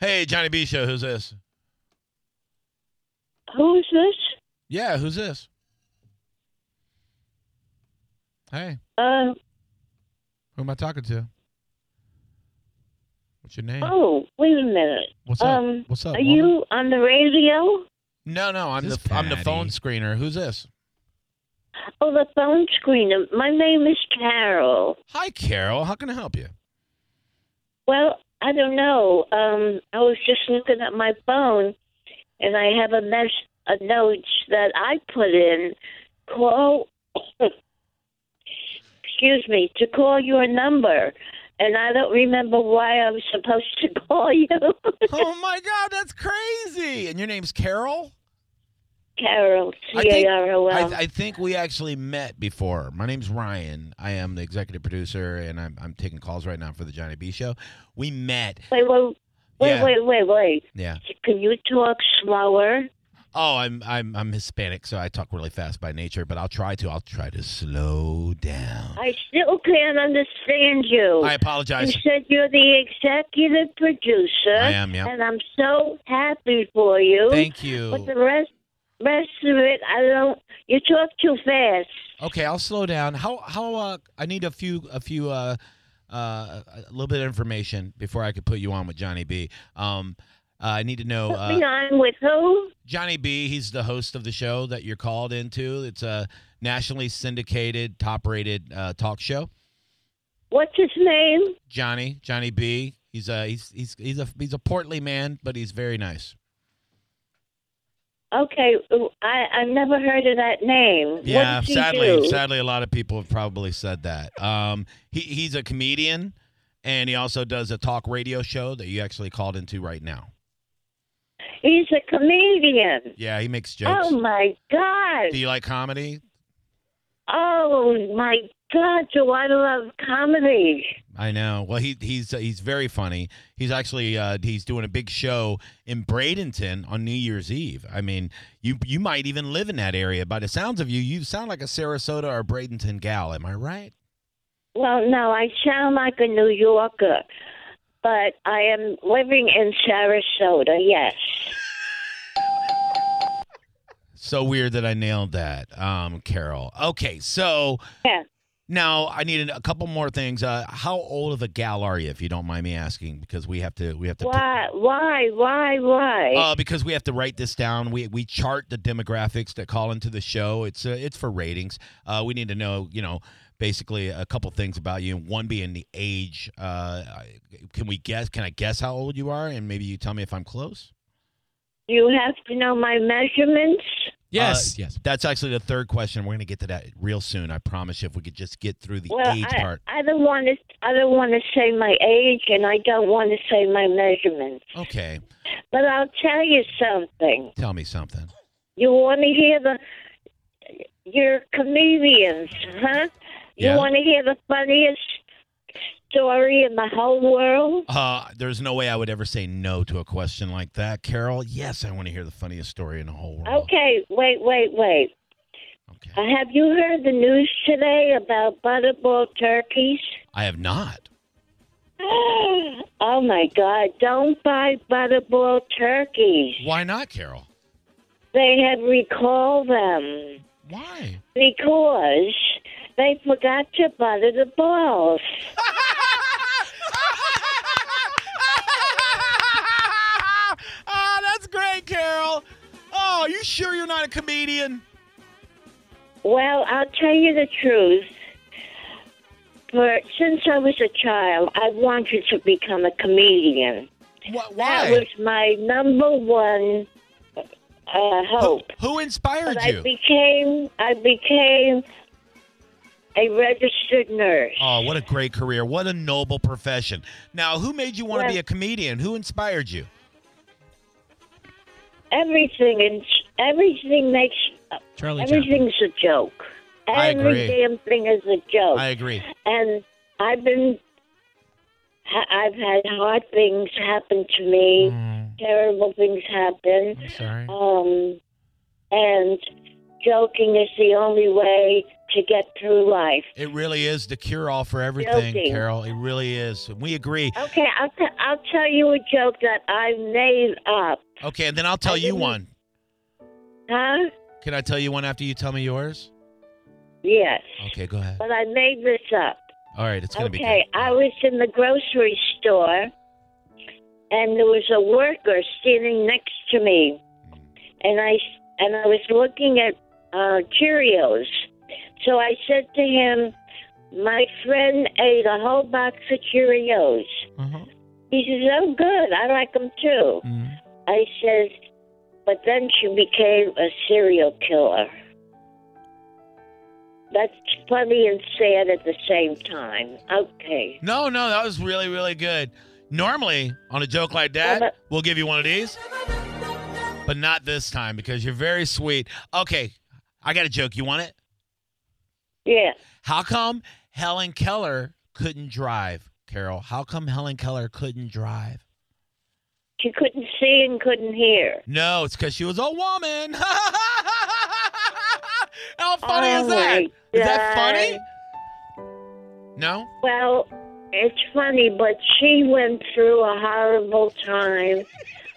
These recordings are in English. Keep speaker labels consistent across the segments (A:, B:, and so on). A: Hey, Johnny B show. Who's this?
B: Who is this?
A: Yeah, who's this? Hey,
B: Uh,
A: who am I talking to? What's your name?
B: oh, wait a minute.
A: What's up?
B: Um,
A: What's up?
B: are
A: woman?
B: you on the radio?
A: No, no, I'm the
C: This
A: I'm the phone
C: Patty.
A: screener. Who's this?
B: Oh, the phone screener. My name is Carol.
A: Hi, Carol. How can I help you?
B: Well, I don't know. Um, I was just looking at my phone, and I have a mess a note that I put in. Call, excuse me, to call your number, and I don't remember why I was supposed to call you,
A: oh my God, that's crazy! And your name's Carol.
B: Carol.
A: I
B: C
A: think-
B: A R O
A: I,
B: L.
A: I think we actually met before. My name's Ryan. I am the executive producer, and I'm I'm taking calls right now for the Johnny B Show. We met.
B: Wait, wait, wait,
A: yeah,
B: wait, wait, wait.
A: yeah.
B: Can you talk slower?
A: Oh, I'm I'm I'm Hispanic, so I talk really fast by nature, but I'll try to. I'll try to slow down.
B: I still can't understand you.
A: I
B: You
A: apologize.
B: said you're the executive producer.
A: I am. Yeah.
B: And I'm so happy for you.
A: Thank you.
B: But the rest rest of it I don't you talk too fast.
A: Okay, I'll slow down. How how uh, I need a few a few uh, uh, a little bit of information before I could put you on with Johnny B. Um, uh, I need to know
B: Put me
A: uh,
B: on with who?
A: Johnny B. He's the host of the show that you're called into. It's a nationally syndicated, top rated uh, talk show.
B: What's his name?
A: Johnny Johnny B. He's a he's he's he's a he's a portly man, but he's very nice.
B: Okay, I I've never heard of that name.
A: Yeah,
B: what does he
A: sadly,
B: do?
A: sadly, a lot of people have probably said that. Um, he he's a comedian, and he also does a talk radio show that you actually called into right now.
B: He's a comedian.
A: Yeah, he makes jokes.
B: Oh my God.
A: Do you like comedy?
B: Oh my God, do I love comedy?
A: I know. Well, he he's he's very funny. He's actually uh, he's doing a big show in Bradenton on New Year's Eve. I mean, you you might even live in that area. By the sounds of you, you sound like a Sarasota or Bradenton gal. Am I right?
B: Well, no, I sound like a New Yorker, but I am living in Sarasota, yes.
A: So weird that I nailed that, um, Carol. Okay, so
B: Yeah.
A: now I need a couple more things. Uh, how old of a gal are you, if you don't mind me asking? Because we have to we have to put-
B: Why, why, why, why?
A: Uh, because we have to write this down. We we chart the demographics that call into the show. It's uh, it's for ratings. Uh, we need to know, you know, basically a couple things about you. One being the age. Uh, I- can we guess? Can I guess how old you are? And maybe you tell me if I'm close.
B: you have to know my measurements?
C: Yes,
A: Uh,
C: yes.
A: That's actually the third question. We're gonna get to that real soon. I promise you. If we could just get through the
B: Well,
A: age
B: I,
A: part.
B: I don't want to. I don't want to say my age, and I don't want to say my measurements.
A: Okay.
B: But I'll tell you something.
A: Tell me something.
B: You want to hear the? You're comedians, huh?
A: Yeah.
B: You want to hear the funniest story in the whole world?
A: Uh, there's no way I would ever say no to a question like that, Carol. Yes, I want to hear the funniest story in the whole world.
B: Okay, wait, wait, wait.
A: Okay.
B: Uh, have you heard the news today about butterball turkeys?
A: I have not.
B: oh my God! Don't buy butterball turkeys.
A: Why not, Carol?
B: They had recalled them
A: Why?
B: because they forgot to butter the balls.
A: oh, that's great, Carol. Oh, you sure you're not a comedian?
B: Well, I'll tell you the truth. For since I was a child, I wanted to become a comedian.
A: What,
B: That was my number one uh,
A: Who,
B: hope.
A: who inspired
B: But I
A: you?
B: became I became a registered nurse.
A: oh, what a great career. What a noble profession. Now, who made you want to
B: Well-
A: be a comedian? Who inspired you?
B: Everything and everything makes
C: Charlie Chaplin.
B: everything's a joke.
A: I agree.
B: Every damn thing is a joke.
A: I agree.
B: and I've been ha- I've had hard things happen to me.
A: Mm.
B: Terrible things happen.
A: I'm sorry.
B: Um, and joking is the only way to get through life.
A: It really is the cure all for everything,
B: Joking.
A: Carol. It really is. We agree.
B: Okay, I'll, t- I'll tell you a joke that I made up.
A: Okay, and then I'll tell
B: I
A: you
B: didn't-
A: one.
B: Huh?
A: Can I tell you one after you tell me yours?
B: Yes.
A: Okay, go ahead.
B: But I made this up.
A: All right, it's gonna be
B: Okay,
A: good.
B: I was in the grocery store and there was a worker standing next to me.
A: Mm.
B: And I and I was looking at uh, Cheerios. So I said to him, "My friend ate a whole box of Cheerios."
A: Uh-huh.
B: He says, "Oh, good. I like them too."
A: Mhm.
B: I says, "But then she became a serial killer." That's funny and sad at the same time. Okay.
A: No, no, that was really, really good. Normally, on a joke like that,
B: Well,
A: we'll give you one of these, but not this time because you're very sweet. Okay, I got a joke. You want it?
B: Yeah.
A: How come Helen Keller couldn't drive, Carol? How come Helen Keller couldn't drive?
B: She couldn't see and couldn't hear.
A: No, it's because she was a woman. How funny
B: Oh
A: is that?
B: my
A: Is that funny?
B: God.
A: No?
B: Well, it's funny, but she went through a horrible time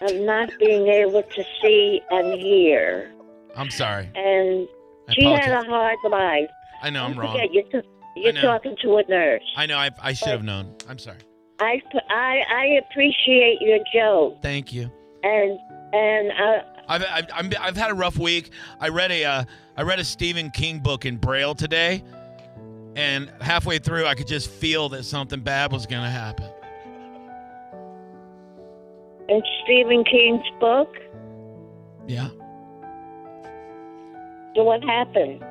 B: of not being able to see and hear.
A: I'm sorry.
B: And
A: I
B: she had
A: apologize.
B: a hard life.
A: I know I'm
B: Don't
A: wrong.
B: forget, you're t- you're
A: know.
B: talking to a nurse.
A: I know I, I should have known. I'm sorry.
B: I, I, I appreciate your joke.
A: Thank you.
B: And, and uh,
A: I've, I've, I'm, I've had a rough week. I read a uh, I read a Stephen King book in Braille today, and halfway through, I could just feel that something bad was gonna happen.
B: in Stephen King's book,
A: Yeah,
B: so what happened?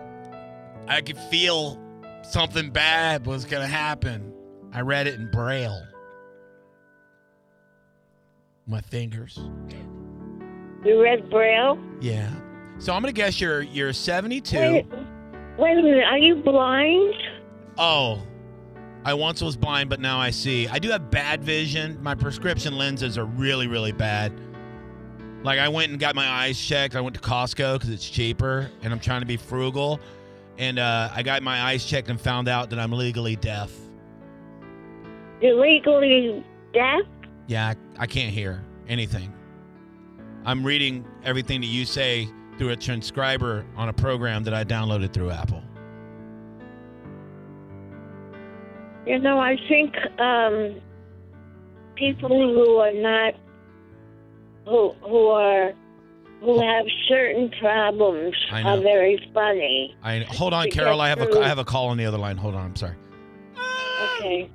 A: I could feel something bad was gonna happen. I read it in Braille. My fingers.
B: You read Braille?
A: Yeah. So I'm gonna guess you're you're 72.
B: Wait, wait a minute, are you blind?
A: Oh, I once was blind, but now I see. I do have bad vision. My prescription lenses are really, really bad. Like, I went and got my eyes checked. I went to Costco because it's cheaper, and I'm trying to be frugal. And uh, I got my eyes checked and found out that I'm legally deaf.
B: You're legally deaf?
A: Yeah, I, I can't hear anything. I'm reading everything that you say through a transcriber on a program that I downloaded through Apple.
B: You know, I think um, people who are not who who are who have certain problems
A: I know.
B: are very funny.
A: I hold on,
B: Because
A: Carol. I have a
B: through-
A: I have a call on the other line. Hold on. I'm sorry.
B: Okay.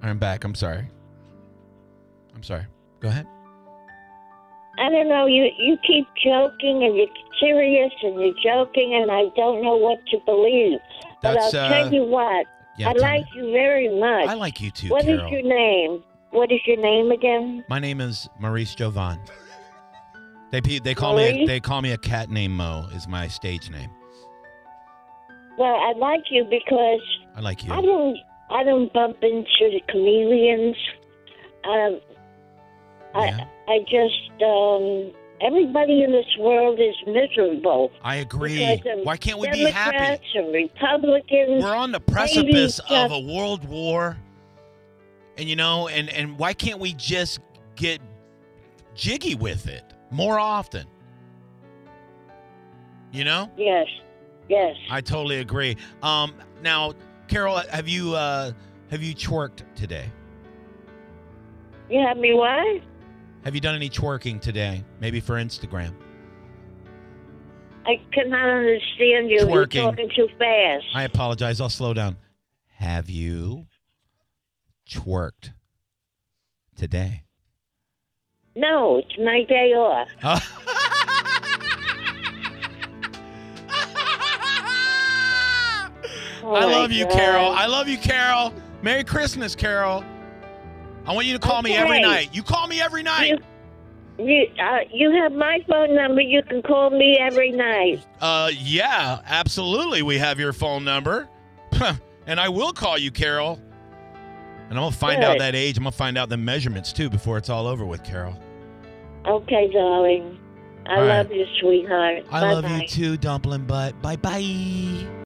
A: I'm back. I'm sorry. I'm sorry. Go ahead.
B: I don't know. You you keep joking and you're serious and you're joking and I don't know what to believe. But
A: That's,
B: I'll
A: uh,
B: tell you what.
A: Yeah,
B: I
A: tell
B: like
A: me.
B: you very much.
A: I like you too,
B: What is
A: Carol.
B: your name? What is your name again?
A: My name is Maurice Jovan. They pe- they call me a,
B: Maurice?
A: they call me a cat named Mo is my stage name.
B: Well, I like you because
A: I like
B: I
A: you.
B: don't I don't bump into the comedians. Um,
A: Yeah.
B: I I just um, everybody in this world is miserable.
A: I agree.
B: because of
A: Why can't we be happy?
B: Democrats and Republicans.
A: We're on the precipice of
B: just-
A: a world war. And you know, and and why can't we just get jiggy with it more often? You know?
B: yes, yes.
A: I totally agree. Um, now, Carol, have you uh, have you twerked today?
B: you have me what?
A: Have you done any twerking today? Maybe for Instagram.
B: I cannot understand you. You're
A: Twerking.
B: talking too fast.
A: I apologize. I'll slow down. Have you twerked today?
B: no, it's my day off.
A: Oh.
B: Oh
A: I
B: my
A: love you,
B: God.
A: Carol. I love you, Carol. Merry Christmas, Carol. I want you to call me every
B: Okay.
A: night. You call me every night.
B: you, you, uh, you have my phone number. You can call me every night.
A: Uh, yeah, absolutely. We have your phone number, and I will call you, Carol. And I'm gonna find out
B: Good.
A: that age. I'm gonna find out the measurements too before it's all over with, Carol.
B: Okay, darling. I
A: All right.
B: love you, sweetheart.
A: I love
B: Bye-bye.
A: you too, dumpling butt. Bye bye.